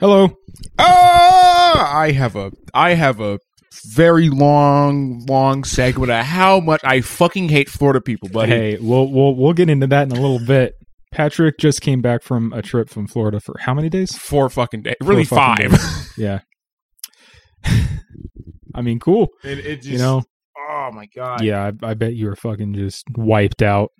Hello. Ah, I have a I have a very long, long segment of how much I fucking hate Florida people, buddy. Hey, we'll we'll we'll get into that in a little bit. Patrick just came back from a trip from Florida for how many days? Four fucking days. Really Four fucking five. Yeah. I mean, cool. It, it just, You know, oh my god. yeah. I, I bet you were fucking just wiped out.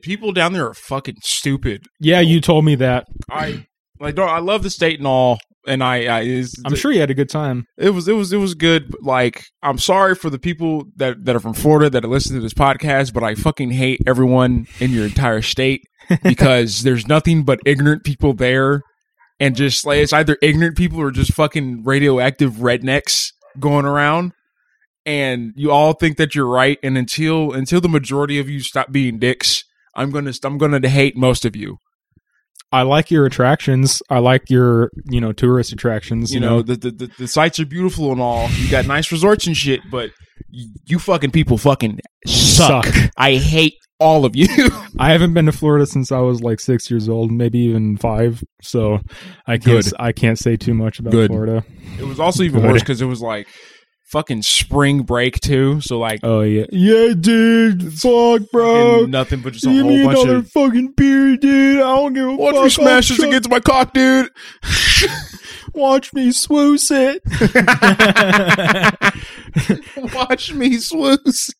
People down there are fucking stupid. Yeah, you told me that. I like don't I love the state and all and I, I is, I'm sure you had a good time. it was it was it was good. But like, I'm sorry for the people that that are from Florida that are listening to this podcast, but I fucking hate everyone in your entire state because there's nothing but ignorant people there, and just like it's either ignorant people or just fucking radioactive rednecks going around. And you all think that you're right, and until until the majority of you stop being dicks, I'm gonna I'm gonna hate most of you. I like your attractions. I like your you know tourist attractions. you know the, the the the sites are beautiful and all you got nice resorts and shit but you, you fucking people fucking suck. suck. i hate all of you I haven't been to Florida since I was like six years old, maybe even five. So I can't Good. I can't say too much about Good. Florida. it was also even worse because it was like fucking spring break too so like Oh yeah, yeah, dude. Fuck, bro. fucking nothing but just a Give me whole bunch another of fucking beer, dude. I don't give a watch fuck. Oh, me smash this I'll against my cock dude chuck- Watch me swoose it. watch me swoosh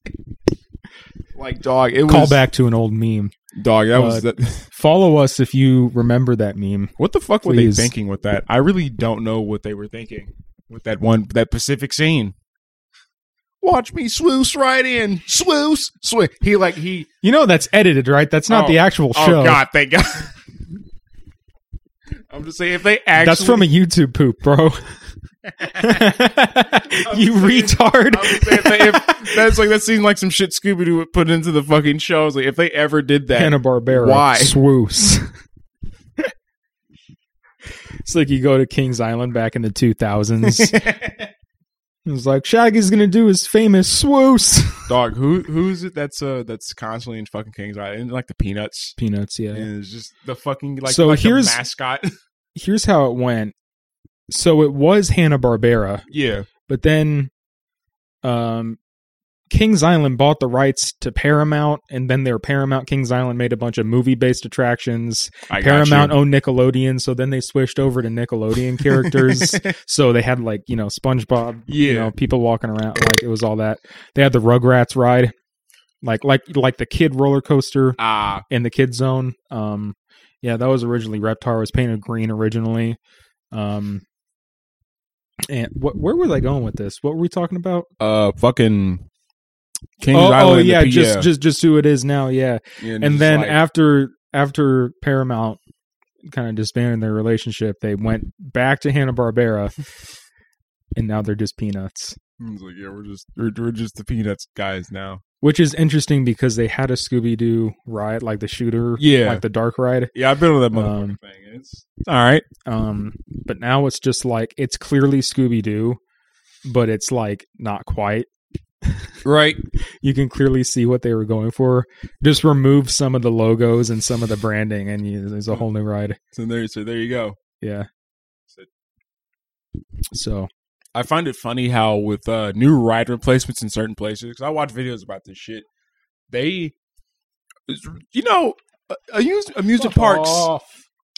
like dog it Call was back to an old meme. dog that was that, Follow us if you remember that meme. what the fuck were Please. they thinking with that i really don't know what they were thinking with that one that pacific scene watch me swoosh right in swoosh swoosh he like he You know that's edited, right? That's not Oh. the actual oh show. god thank god i'm just saying if they actually That's from a YouTube poop, bro. you saying- retard. I was saying if they- if- that's like that seemed like some shit Scooby Doo would put into the fucking show. I was like, if they ever did that, Hanna Barbera. Why? Swoos. it's like you go to Kings Island back in the 2000s. it's like Shaggy's gonna do his famous swoos. dog, who who is it that's uh that's constantly in fucking Kings Island, like the Peanuts, Peanuts, yeah. and it's just the fucking like So like the here's- mascot, Here's how it went. So it was Hanna Barbera, yeah, but then, um, Kings Island bought the rights to Paramount, and then their Paramount Kings Island made a bunch of movie-based attractions. I got Paramount you. owned Nickelodeon, so then they switched over to Nickelodeon characters. so they had like you know SpongeBob, Yeah. you know people walking around like it was all that. They had the Rugrats ride, like like like the kid roller coaster Ah, in the kid zone. Um, yeah, that was originally Reptar was painted green originally. Um, and what where was I going with this? What were we talking about? uh fucking Kings oh, Island. oh yeah, the- just just just who it is now. Yeah, and just then like- after after Paramount kind of disbanded their relationship, they went back to Hanna Barbera, and now they're just peanuts. It's like, yeah, we're just we're, we're just the peanuts guys now. Which is interesting because they had a Scooby Doo ride, like the shooter, Yeah. like the dark ride. Yeah, I've been on that motherfucking Um, thing. It's it's all right. Um, but now it's just like it's clearly Scooby Doo, but it's like not quite. Right. You can clearly see what they were going for. Just remove some of the logos and some of the branding, and you, there's a whole new ride. So there so there you go. Yeah. So- So I find it funny how with uh, new ride replacements in certain places, 'cause I watch videos about this shit. They, you know, uh, amuse, amusement parks,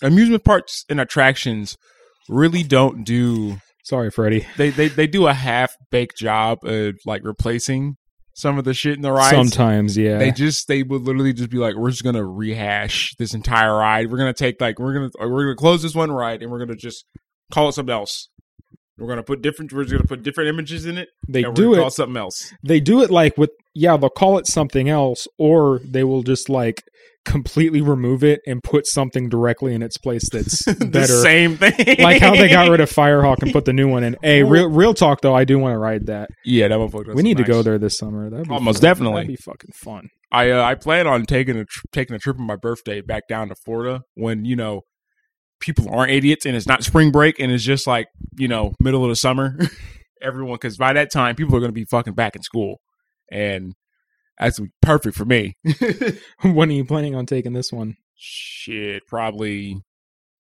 amusement parks and attractions really don't do Sorry, Freddie. they they they do a half baked job of like replacing some of the shit in the rides. Sometimes, yeah. They just they would literally just be like, we're just gonna rehash this entire ride. We're gonna take like we're gonna or we're gonna close this one ride and we're gonna just call it something else. We're gonna put different we're just gonna put different images in it. they and we're do gonna call it. it something else. They do it like with yeah. They'll call it something else, or they will just like completely remove it and put something directly in its place that's the better. same thing. Like how they got rid of Firehawk and put the new one in. Hey, Well- real real talk though, I do want to ride that. Yeah, that motherfucker. does we need look to go nice. there this summer. That'd be Oh, most fun. definitely. That'd be fucking fun. I uh, I plan on taking a tr- taking a trip on my birthday back down to Florida when you know people aren't idiots and it's not spring break and it's just like you know middle of the summer. Everyone, because by that time people are going to be fucking back in school, and that's perfect for me. when are you planning on taking this one? Shit, probably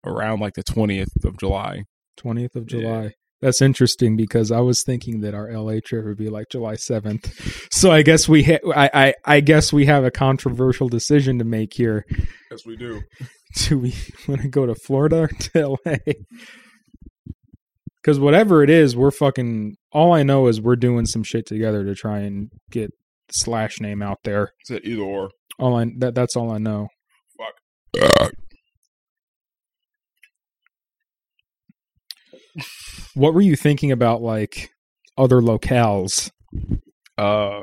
around like the twentieth of July. 20th of Yeah. July. That's interesting because I was thinking that our LA trip would be like July 7th. So I guess we ha- I, I I guess we have a controversial decision to make here. Yes, we do. Do we want to go to Florida or to LA? Cuz whatever it is, we're fucking all I know is we're doing some shit together to try and get the slash name out there. It's an either or. All I that that's all I know. What were you thinking about like other locales? Uh,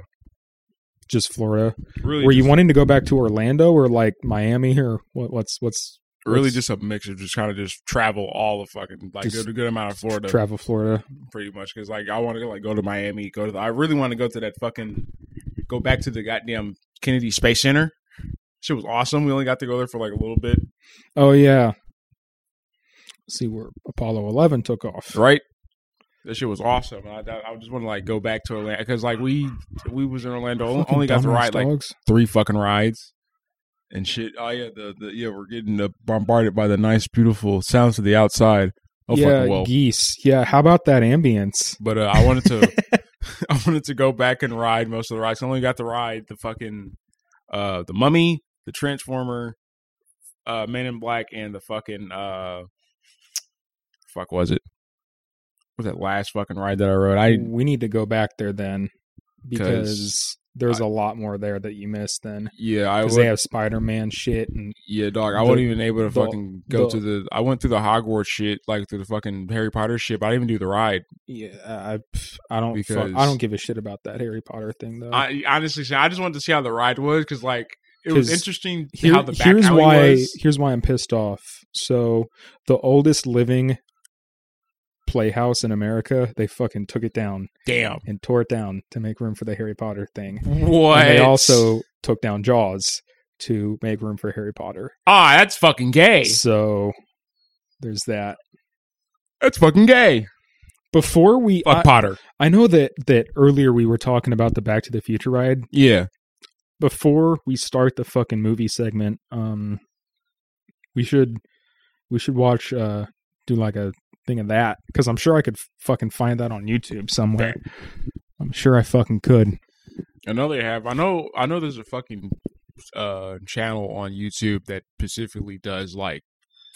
Just Florida? really, Were you just- wanting to go back to Orlando or like Miami or what, what's what's really just a mix of just kind of just travel all of fucking like Just good, a good amount of Florida, travel Florida? pretty much. Because like I want to like go to Miami, go to the, I really want to go to that fucking go back to the goddamn Kennedy Space Center. Shit was awesome. We only got to go there for like a little bit, Oh yeah. See where Apollo 11 took off. right? That shit was awesome. I I I just want to like go back to Orlando because like we we was in Orlando, Fucking only got to dumbass ride like dogs. three fucking rides and shit. Oh yeah, the, the yeah we're getting uh, bombarded by the nice, beautiful sounds of the outside. Oh yeah, fucking well. geese. Yeah, how about that ambience? But uh, I wanted to, I wanted to go back and ride most of the rides. I only got to ride the fucking, uh, the Mummy, the Transformer, uh, Man in Black, and the fucking, uh, fuck was it? What was that last fucking ride that I rode? I we need to go back there then because there's a lot more there that you missed then. yeah, I Because was they have Spider-Man shit and yeah, dog. I the- wasn't even able the- to fucking go the- to the. I went through the Hogwarts shit, like through the fucking Harry Potter shit. But I didn't even do the ride. yeah, I pff, I don't fuck- Because- I don't give a shit about that Harry Potter thing though. I honestly, I just wanted to see how the ride was because like it was 'Cause interesting Here- how the back here's alley why was. here's why I'm pissed off. So the oldest living playhouse in America, they fucking took it down Damn. and tore it down to make room for the Harry Potter thing. What? And they also took down Jaws to make room for Harry Potter. ah, that's fucking gay. So there's that. That's fucking gay. Before we, Fuck I, Potter. I know that that earlier we were talking about the Back to the Future ride. Yeah. before we start the fucking movie segment, um, we should we should watch uh do like a thing of that because I'm sure I could f- fucking find that on YouTube somewhere. I'm sure I fucking could. I know they have. I know. I know. There's a fucking uh channel on YouTube that specifically does like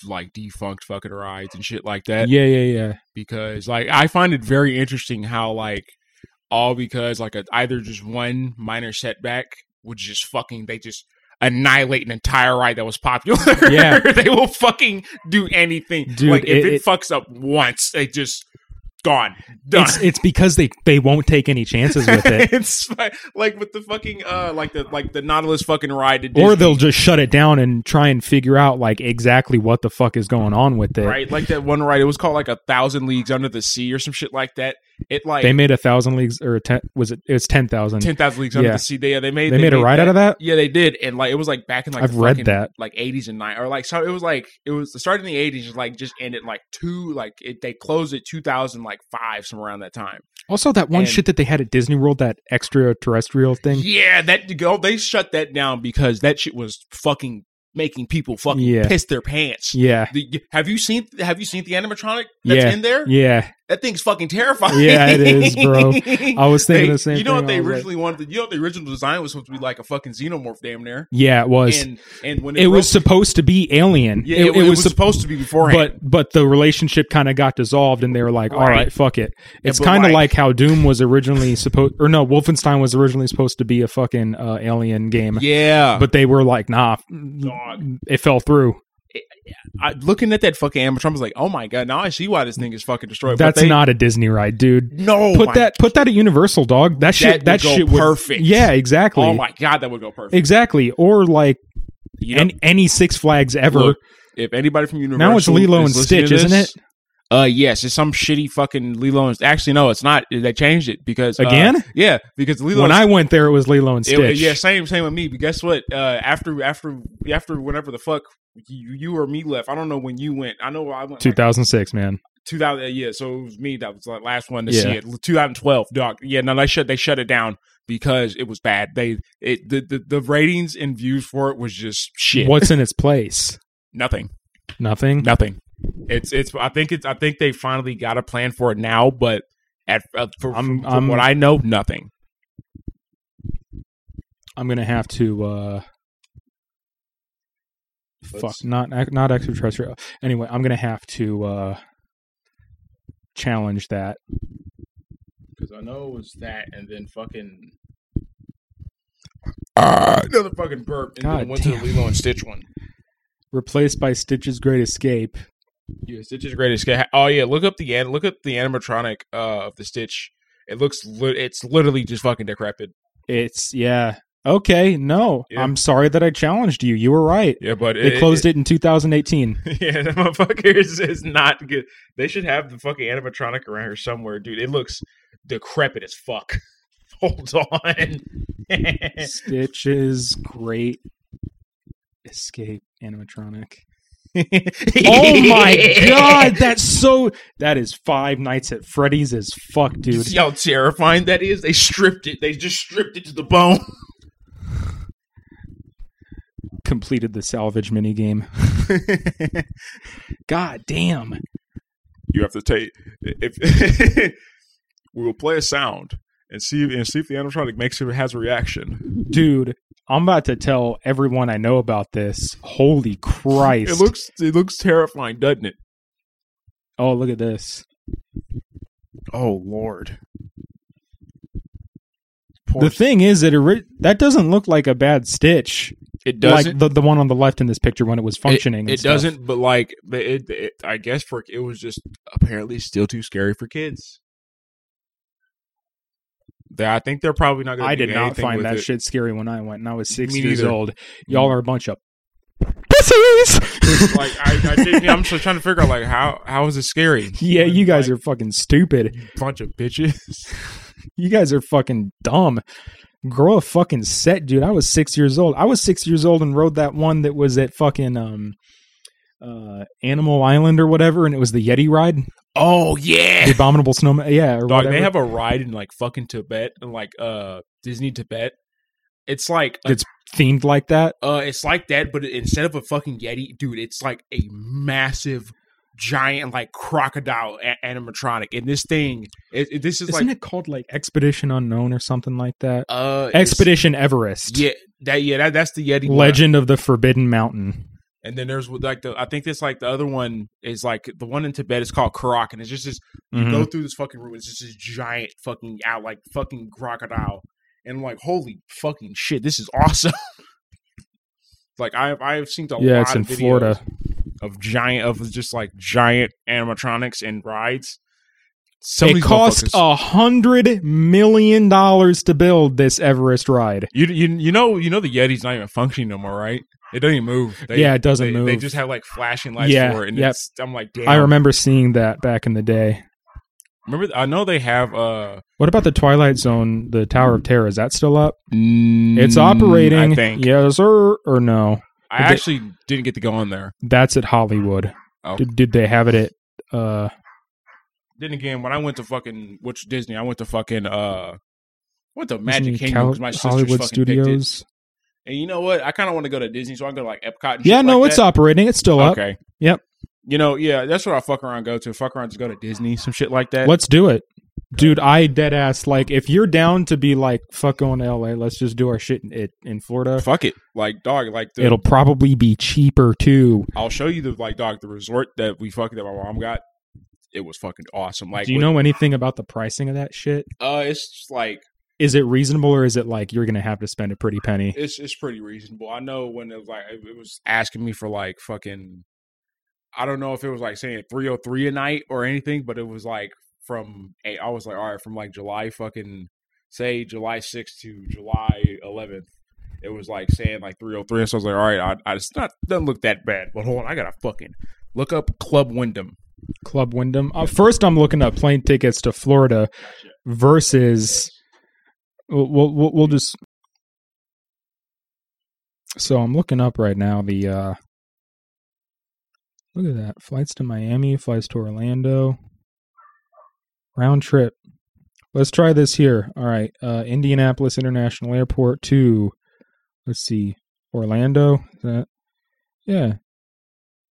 like defunct fucking rides and shit like that. yeah, yeah, yeah. Because like I find it very interesting how like all because like a, either just one minor setback would just fucking they just annihilate an entire ride that was popular. Yeah. they will fucking do anything. Dude, like if it- it, it- fucks up once, they just gone done. It's it's because they they won't take any chances with it, it's fi- like with the fucking uh like the like the Nautilus fucking ride to Disney, or they'll just shut it down and try and figure out like exactly what the fuck is going on with it. right like that one ride it was called like a thousand leagues under the sea or some shit like that it like They made a thousand leagues or a ten, was it? It was ten thousand. ten thousand leagues under Yeah. the sea they yeah, they made They made a ride out of that. yeah they did and like it was like back in like I've the read fucking, that. like eighties and nine or like so it was like it was it started in the eighties just like just ended like two like it, they closed at two thousand like five somewhere around that time Also, that one And- shit that they had at Disney World, that extraterrestrial thing. Yeah, that go they shut that down because that shit was fucking making people fucking Yeah. piss their pants. Yeah. The, have you seen have you seen the animatronic that's Yeah. in there? Yeah. That thing's fucking terrifying. Yeah, it is, bro. I was thinking They- the same you know thing. what they I was like- originally wanted? You know what the original design was supposed to be like a fucking xenomorph, damn near. yeah, it was. And and when it it, broke- was supposed to be alien. yeah, it, it was, sup- supposed to be beforehand. but but the relationship kind of got dissolved and they were like, all Right. right, fuck it. It's but kind of like like- how Doom was originally supposed or no, Wolfenstein was originally supposed to be a fucking uh, alien game. yeah, But they were like, nah, Dog. it fell through. I, looking at that fucking animatronic, I was like, oh my god, now I see why this thing is fucking destroyed. But That's they- not a Disney ride, dude. no. put my- that put that at Universal, dog. That shit that, That would go shit would perfect. Yeah, exactly. Oh my god, that would go perfect. Exactly. Or like You know- any, any Six Flags ever. Look, if anybody from Universal now it's Lilo and is listening Stitch, to this, isn't it? Uh, yes, it's some shitty fucking Lilo and actually no, it's not. They changed it because uh, Again? yeah, because Lilo when and I went there, it was Lilo and it- Stitch. yeah, same same with me. But guess what? Uh, after after after whenever the fuck you, you or me left, I don't know when you went. I know I went like, 2006, man. 2000 uh, yeah so it was me that was the last one to Yeah. see it 2012 dog yeah no they shut they shut it down because it was bad they it the, the, the ratings and views for it was just shit What's in its place? nothing Nothing. nothing It's it's. I think it's. I think they finally got a plan for it now. But at uh, for, I'm- from I'm- what I know, nothing. I'm gonna have to. uh Fuck, Let's- not ac- not extraterrestrial. Anyway, I'm gonna have to uh challenge that. Because I know it was that, and then fucking Uh, another fucking burp, and God then went to damn. the Lilo and Stitch one. Replaced by Stitch's Great Escape. Yeah, Stitch is great escape. Oh yeah, look up the an- look up the animatronic uh, of the Stitch. It looks li- it's literally just fucking decrepit. It's yeah. Okay, no, Yeah. I'm sorry that I challenged you. You were right. Yeah, but They closed it in 2018. Yeah, that motherfucker is, is not good. They should have the fucking animatronic around here somewhere, dude. It looks decrepit as fuck. Hold on. Stitch's Great Escape animatronic. Oh oh my god, that's so. That is Five Nights at Freddy's as fuck, You dude. see how terrifying that is? They stripped it. They just stripped it to the bone. Completed the salvage minigame. God damn. You have to take if we will play a sound and see and see if the animatronic makes it has a reaction. Dude, I'm about to tell everyone I know about this. Holy Christ. It looks it looks terrifying, doesn't it? oh, look at this. Oh lord. The thing is, that it ori- that doesn't look like a bad Stitch. it doesn't. Like the, the one on the left in this picture when it was functioning. and It, it stuff. doesn't, but like but it, it, I guess for it was just apparently still too scary for kids. They- I think they're probably not going to. I did not find that shit scary when I went, and I was six Me years neither. Mm. old. Y'all are a bunch of pussies. Like I, I did, I'm still trying to figure out like how how is it scary? yeah, you guys are fucking stupid. are bunch of bitches. You guys are fucking dumb. Grow a fucking set, dude. I was six years old. I was six years old and rode that one that was at fucking um uh Animal Island or whatever, and it was the Yeti ride, Oh the yeah, Abominable Snowman. Yeah, or dog. whatever. They have a ride in like fucking Tibet and like uh Disney Tibet. It's like a It's- themed like that. Uh, it's like that, but instead of a fucking yeti, dude, it's like a massive, giant, like crocodile a- animatronic. And this thing, it, it- this is Isn't like it called like Expedition Unknown or something like that? uh, it's- Expedition Everest. Yeah, that yeah, that, that's the yeti one. Legend of the Forbidden Mountain. And then there's like the I think this like the other one is like the one in Tibet is called Karak, and it's just this Mhm. go through this fucking room. It's just this giant fucking out like fucking crocodile, and I'm like holy fucking shit, this is awesome. like I've I've seen a yeah, lot it's in of videos Florida. of giant of just like giant animatronics and rides. Some of It these cost motherfuckers- a hundred million dollars to build this Everest ride. you, you you know you know the Yeti's not even functioning no more, right? It doesn't even move. They, yeah, it doesn't they, move. They just have like flashing lights Yeah, for it, and yep. it's, I'm like, damn. I remember seeing that back in the day. Remember, I know they have. uh What about the Twilight Zone, the Tower of Terror? Is that still up? It's It's operating. mm, I think. Yes, sir, or no? I Did they- actually didn't get to go on there. That's at Hollywood. Oh. Did, did they have it at? Uh, Then again, when I went to fucking which Disney, I went to fucking uh, went to Magic Disney Kingdom Cal- because my sister's Hollywood fucking Studios. Picked it. Studios. And you know what? I kind of want to go to Disney, so I can go to like Epcot. And Yeah, shit no, like it's that. operating. It's still up. Okay. Yep. You know, yeah, that's what I fuck around go to. Fuck around, just go to Disney, some shit like that. Let's do it. Dude, I dead ass like if you're down to be like fuck going to LA, let's just do our shit in, it, in Florida. Fuck it, like dog, like the, It'll probably be cheaper too. I'll show you the like dog the resort that we fucking that my mom got. It was fucking awesome. Like do you with- know anything about the pricing of that shit? uh, it's just, like Is it reasonable or is it like you're gonna have to spend a pretty penny? it's it's pretty reasonable. I know when it was like it it was asking me for like fucking, I don't know if it was like saying three oh three a night or anything, but it was like from a- I was like all right from like July fucking say July sixth to July eleventh. It was like saying like three oh three, so I was like all right, I, I it's not doesn't look that bad. But hold on, I gotta fucking look up Club Wyndham. Club Wyndham. Uh, first I'm looking up plane tickets to Florida versus we'll we'll, we'll- we'll just So I'm looking up right now the uh Look at that. Flights to Miami, flights to Orlando. Round trip. Let's try this here. All right. Uh Indianapolis International Airport to let's see. Orlando. Is that Yeah.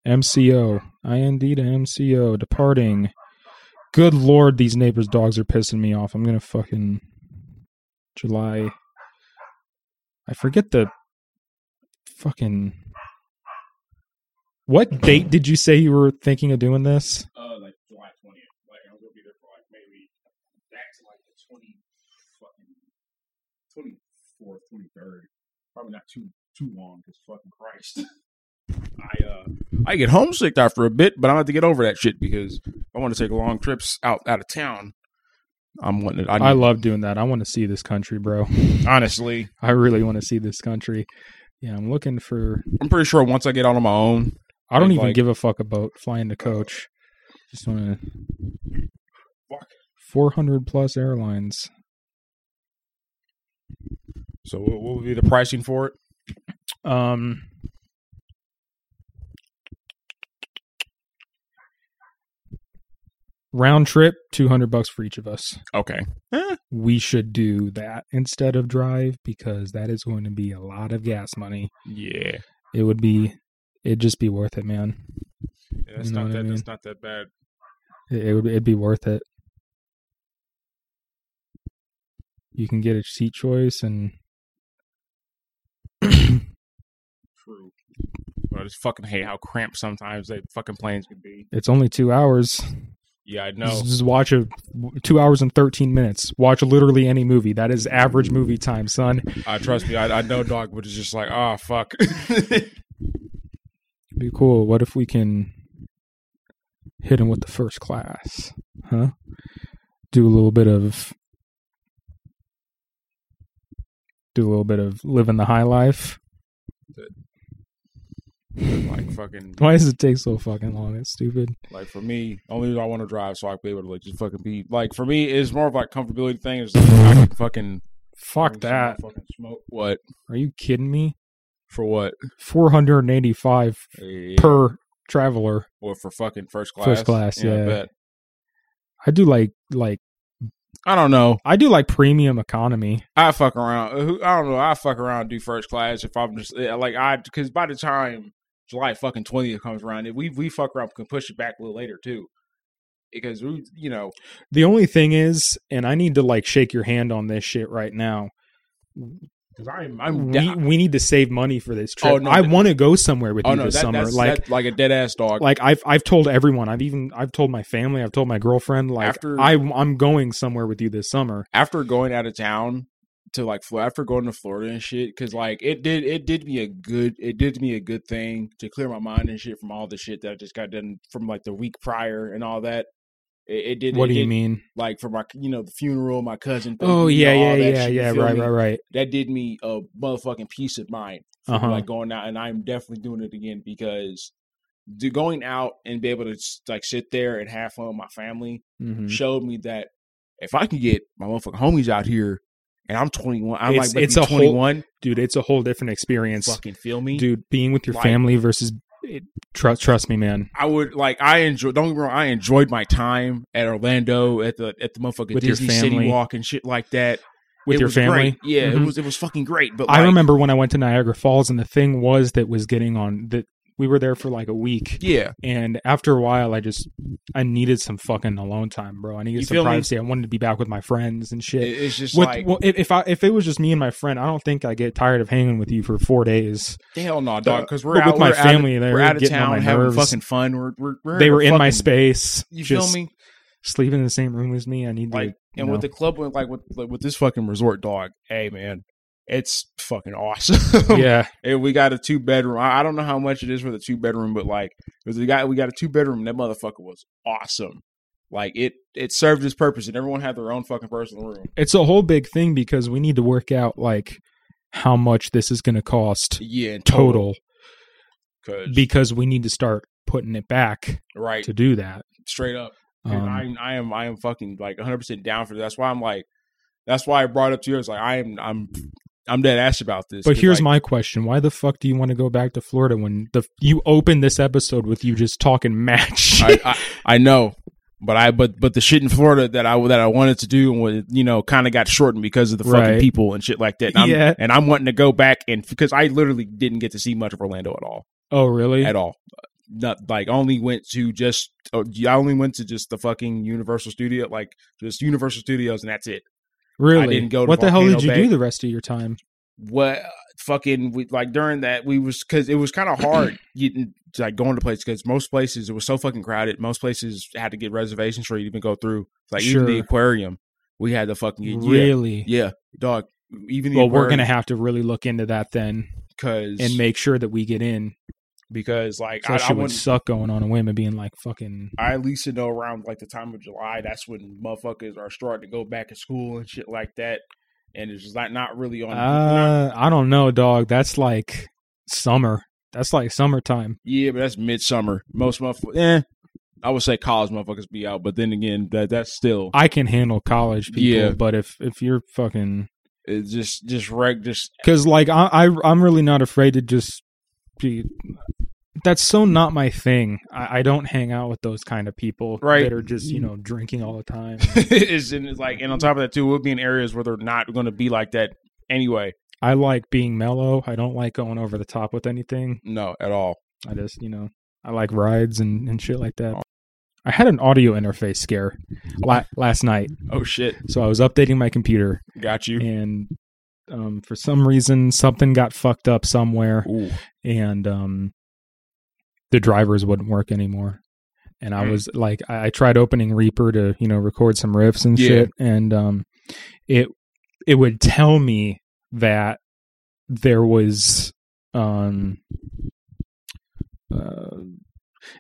MCO. IND to MCO departing. Good lord, these neighbors' dogs are pissing me off. I'm gonna fucking July. I forget the fucking. What date did you say you were thinking of doing this? Uh, like July twentieth. Like I'm gonna be there for like maybe back to like the twenty fucking twenty fourth, twenty third. Probably not too too long because fucking Christ. I uh I get homesick after a bit, but I'm about to get over that shit because I want to take long trips out out of town. I'm wanting. To, I, I need- love doing that. I want to see this country, bro. honestly, I really want to see this country. Yeah, I'm looking for. I'm pretty sure once I get out on my own, I don't Like- even like- give a fuck about flying the coach. Just want to. Fuck. 400 plus airlines. so what, what would be the pricing for it? Um. Round trip, 200 bucks for each of us. Okay, We should do that instead of drive because that is going to be a lot of gas money. yeah, It would be, it'd just be worth it, man. that's You know not what that. I That's not that bad. It, it would it'd be worth it. You can get a seat choice and True. But I just fucking hate how cramped sometimes they fucking planes can be. it's only two hours. Yeah, I know. Just, just watch a two hours and thirteen minutes. Watch literally any movie. That is average movie time, son. I trust me. I, I know, dog, but it's just like, ah, fuck. Be cool. What if we can hit him with the first class? Huh? Do a little bit of do a little bit of living the high life. like fucking, Why does it take so fucking long? It's stupid. like for me, only reason I want to drive so I can be able to like just fucking be like for me, it's more of like comfortability thing. It's like, I can fucking Fuck bring some that. fucking smoke. What Are you kidding me? for what? 485 Yeah. per traveler. or for fucking first class. First class, I, yeah. bet. I do like like I don't know. I do like premium economy. I fuck around. Uh, who- I don't know. I fuck around and do first class if I'm just yeah, like I because by the time July fucking twentieth comes around, if we we fuck around, we can push it back a little later too. Because we, you know, The only thing is, and I need to like shake your hand on this shit right now. because I'm I'm We, da- we need to save money for this trip. Oh, no, I that- want to go somewhere with oh you no, this that, summer. that's Like like like a dead ass dog. like I've I've told everyone. I've even I've told my family. I've told my girlfriend. Like After- I I'm going somewhere with you this summer. after going out of town to like Flo- after going to Florida and shit, because like it did it did me a good it did me a good thing to clear my mind and shit from all the shit that I just got done from like the week prior and all that. It, it did. what it do you did, mean? Like for my you know the funeral, my cousin. Oh you know, yeah yeah all that yeah shit, you yeah feel right me? right right. That did me a motherfucking peace of mind Uh huh. like going out and i'm definitely doing it again because do, going out and be able to s- like sit there and have fun with my family Mm-hmm. showed me that if i can get my motherfucking homies out here and i'm 21 i'm It's- like it's a it's whole- 21 dude it's a whole different experience fucking feel me dude being with your Like- family versus it, trust trust me man i would like i enjoy don't get me wrong i enjoyed my time at orlando at the at the motherfucking With your disney city family. walk and shit like that with It your was family great. yeah Mhm. it was it was fucking great but i like, remember when i went to niagara falls and the thing was that was getting on that we were there for like a week yeah and after a while i just i needed some fucking alone time bro i needed You some feel me? privacy i wanted to be back with my friends and it, shit it's just with, like well, if, if i if it was just me and my friend i don't think i get tired of hanging with you for four days hell no dog because we're but out with my we're out of- family they're we're out of getting on my town having nerves. fucking fun. We're, we're, we're they were in my fucking- space You just feel me? sleeping in the same room as me i need Like, to and no. with the club, with- like with like, with this fucking resort dog, hey man, it's fucking awesome. yeah and we got a two bedroom. I, I don't know how much it is for the two bedroom, but like because we got we got a two bedroom. That motherfucker was awesome. Like it it served its purpose, and everyone had their own fucking personal room. it's a whole big thing because we need to work out like how much this is going to cost Yeah, in total. total 'cause- because we need to start putting it back right, to do that. straight up. And Um, I, I am I am fucking like 100 percent down for that. That's why I'm like, that's why I brought up to you. It's like I am I'm I'm dead ass about this. but 'Cause, here's like, my question: Why the fuck do you want to go back to Florida when the you opened this episode with you just talking mad I, shit? I I know, but I but but the shit in Florida that I that I wanted to do and was you know kind of got shortened because of the Right. fucking people and shit like that. And I'm, Yeah. and I'm wanting to go back and because I literally didn't get to see much of Orlando at all oh, really? at all. not like only went to just oh, I only went to just the fucking Universal Studio, like just Universal Studios, and that's it. Really? didn't go to what the hell Volcano did you Bay. do the rest of your time? What uh, fucking we, like during that we was because it was kind of hard getting like going to places because most places it was so fucking crowded. Most places had to get reservations for you to even go through. Like even the Sure. aquarium, we had to fucking get, yeah, Really? yeah, dog. e, Even the Well, we're gonna have to really look into that then because and make sure that we get in. because like I, That I shit would wouldn't suck going on a whim and being like fucking. I at least know around like the time of July, that's when motherfuckers are starting to go back to school and shit like that. And it's just like not really on. Uh, I don't know, dog. That's like summer. That's like summertime. yeah, but that's midsummer. Most motherfuckers, eh, I would say college motherfuckers be out, but then again, that that's still I can handle college people, Yeah. but if if you're fucking, it's just just wreck. Just because like I, I I'm really not afraid to just be. That's so not my thing. I, I don't hang out with those kind of people Right. that are just you know drinking all the time. it's, and it's like, and on top of that too, we'll be in areas where they're not going to be like that anyway. I like being mellow. I don't like going over the top with anything. No, at all. I just, you know, I like rides and, and shit like that. I had an audio interface scare la- last night. Oh shit, So I was updating my computer got you. and um, for some reason something got fucked up somewhere Ooh, and um, the drivers wouldn't work anymore. And I Mm. was like, I, I tried opening Reaper to, you know, record some riffs and Yeah. shit. And um, it, it would tell me that there was, um, uh,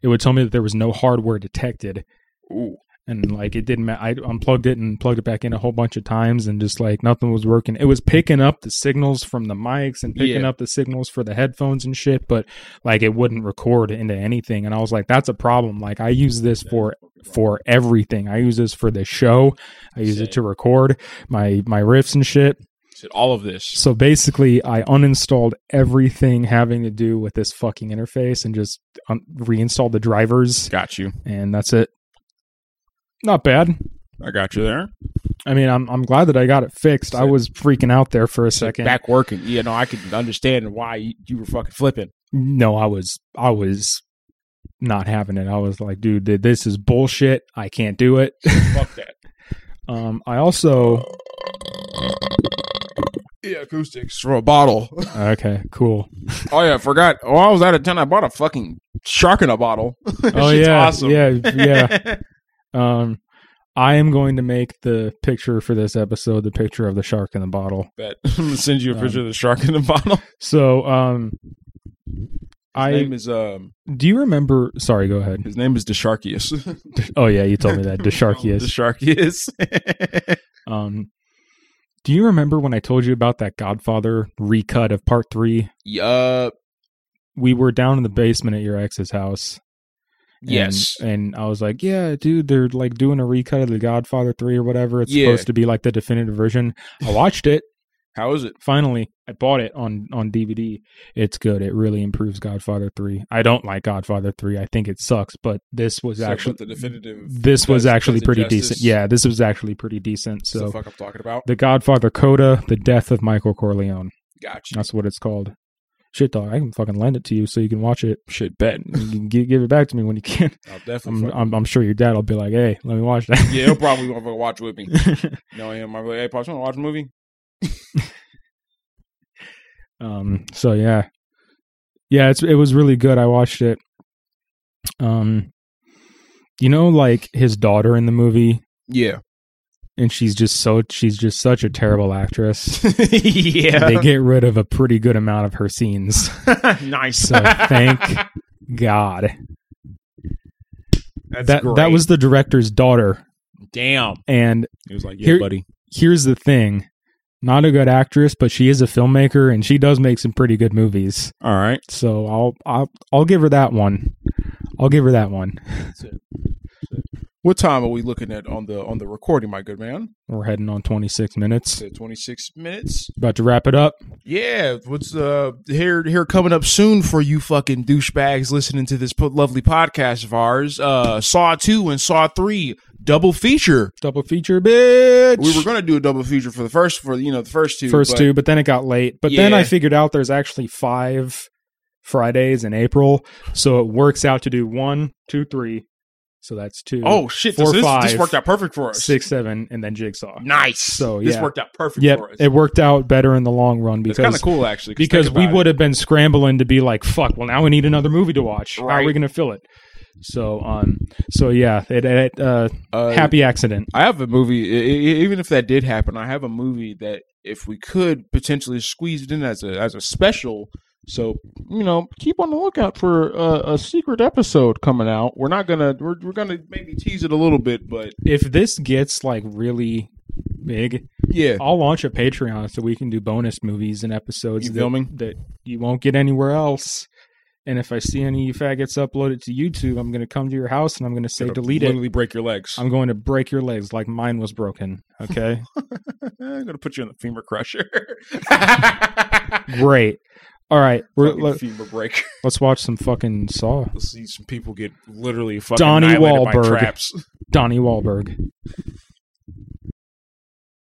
it would tell me that there was no hardware detected ooh, and like it didn't matter. I unplugged it and plugged it back in a whole bunch of times, and just like nothing was working. It was picking up the signals from the mics and picking Yeah. up the signals for the headphones and shit, but like it wouldn't record into anything. And I was like, that's a problem. Like I use this for for everything. I use this for the show. I use Same. it to record my my riffs and shit. shit, all of this. So basically, I uninstalled everything having to do with this fucking interface and just um, reinstalled the drivers, Got you. and that's it. Not bad. I got you there. I mean, I'm I'm glad that I got it fixed. I was freaking out there for a second. Back working. Yeah, no, I can understand why you, you were fucking flipping. No, I was I was not having it. I was like, dude, th- this is bullshit. I can't do it. Fuck that. um, I also Yeah, acoustics from a bottle. okay, cool. Oh yeah, I forgot. Oh, I was out of town. I bought a fucking shark in a bottle. That Oh shit's yeah, awesome. yeah, yeah. Um, I am going to make the picture for this episode the picture of the shark in the bottle. Bet. I'm gonna send you a picture of the shark in the bottle. His So, um, I name is um. do you remember? Sorry, go ahead. His name is Desharkius. Oh yeah, you told me that the shark is. Desharkius. Um, do you remember when I told you about that Godfather recut of part three? yup. We were down in the basement at your ex's house. and- Yes. And I was like, yeah, dude, they're like doing a recut of the Godfather 3 or whatever. It's Yeah. supposed to be like the definitive version. I watched it. How is it? Finally, I bought it on on DVD. It's good. It really improves Godfather 3. I don't like Godfather 3. I think it sucks, but this was So, actually but the definitive. this was does- does actually it pretty justice? decent. Yeah, this was actually pretty decent. So the So fuck I'm talking about. The Godfather Coda, The Death of Michael Corleone. Got you. That's what it's called. Shit, dog. I can fucking lend it to you so you can watch it. Shit, bet. You can gi- give it back to me when you can. I'll definitely. I'm, fuck- I'm, I'm sure your dad will be like, hey, let me watch that. yeah, he'll probably want to watch with me. No, him. I'm like, hey, pops, want to watch a movie? um, so, yeah. Yeah, it's, it was really good. I watched it. Um, you know, like his daughter in the movie, Yeah. and she's just so, she's just such a terrible actress. They yeah. get rid of a pretty good amount of her scenes. nice. So, thank- God. That's that great. that was the director's daughter. damn. And He was like, Here- buddy." here's the thing: not a good actress, but she is a filmmaker, and she does make some pretty good movies. All right. So I'll I'll I'll give her that one. I'll give her that one. What time are we looking at on the on the recording, my good man? We're heading on 26 minutes. So twenty six minutes. About to wrap it up. Yeah. What's uh here here coming up soon for you fucking douchebags listening to this po- lovely podcast of ours? Uh, Saw two and Saw three double feature. Double feature, bitch. We were gonna do a double feature for the first for you know the first two first but two, but then it got late. But then Yeah. I figured out there's actually five Fridays in April. So it works out to do one, two, three. So that's two, Oh shit! Four, this, this, this five, worked out perfect for us. six, seven, and then jigsaw. Nice. So, this yeah. worked out perfect Yep, for us. it worked out better in the long run it's kind because of cool actually. because think we about it. would have been scrambling to be like, fuck, well now we need another movie to watch. How are we Right. going to fill it? So um, so yeah, it, it uh, Uh, happy accident. I have a movie. e- e- Even if that did happen, I have a movie that if we could potentially squeeze it in as a as a special. So you know, keep on the lookout for a, a secret episode coming out. We're not gonna we're, we're gonna maybe tease it a little bit, but If this gets like really big, yeah, I'll launch a Patreon so we can do bonus movies and episodes You that, filming? that you won't get anywhere else. And if I see any you faggots upload it to YouTube, I'm going to come to your house and I'm going to say Gonna delete it. Literally break your legs. I'm going to break your legs like mine was broken. Okay. I'm gonna put you in the femur crusher. Great. All right. We're, Fucking let, femur break. us watch some fucking Saw. Let's see some people get literally fucking Donnie annihilated by Wahlberg. traps. Donnie Wahlberg.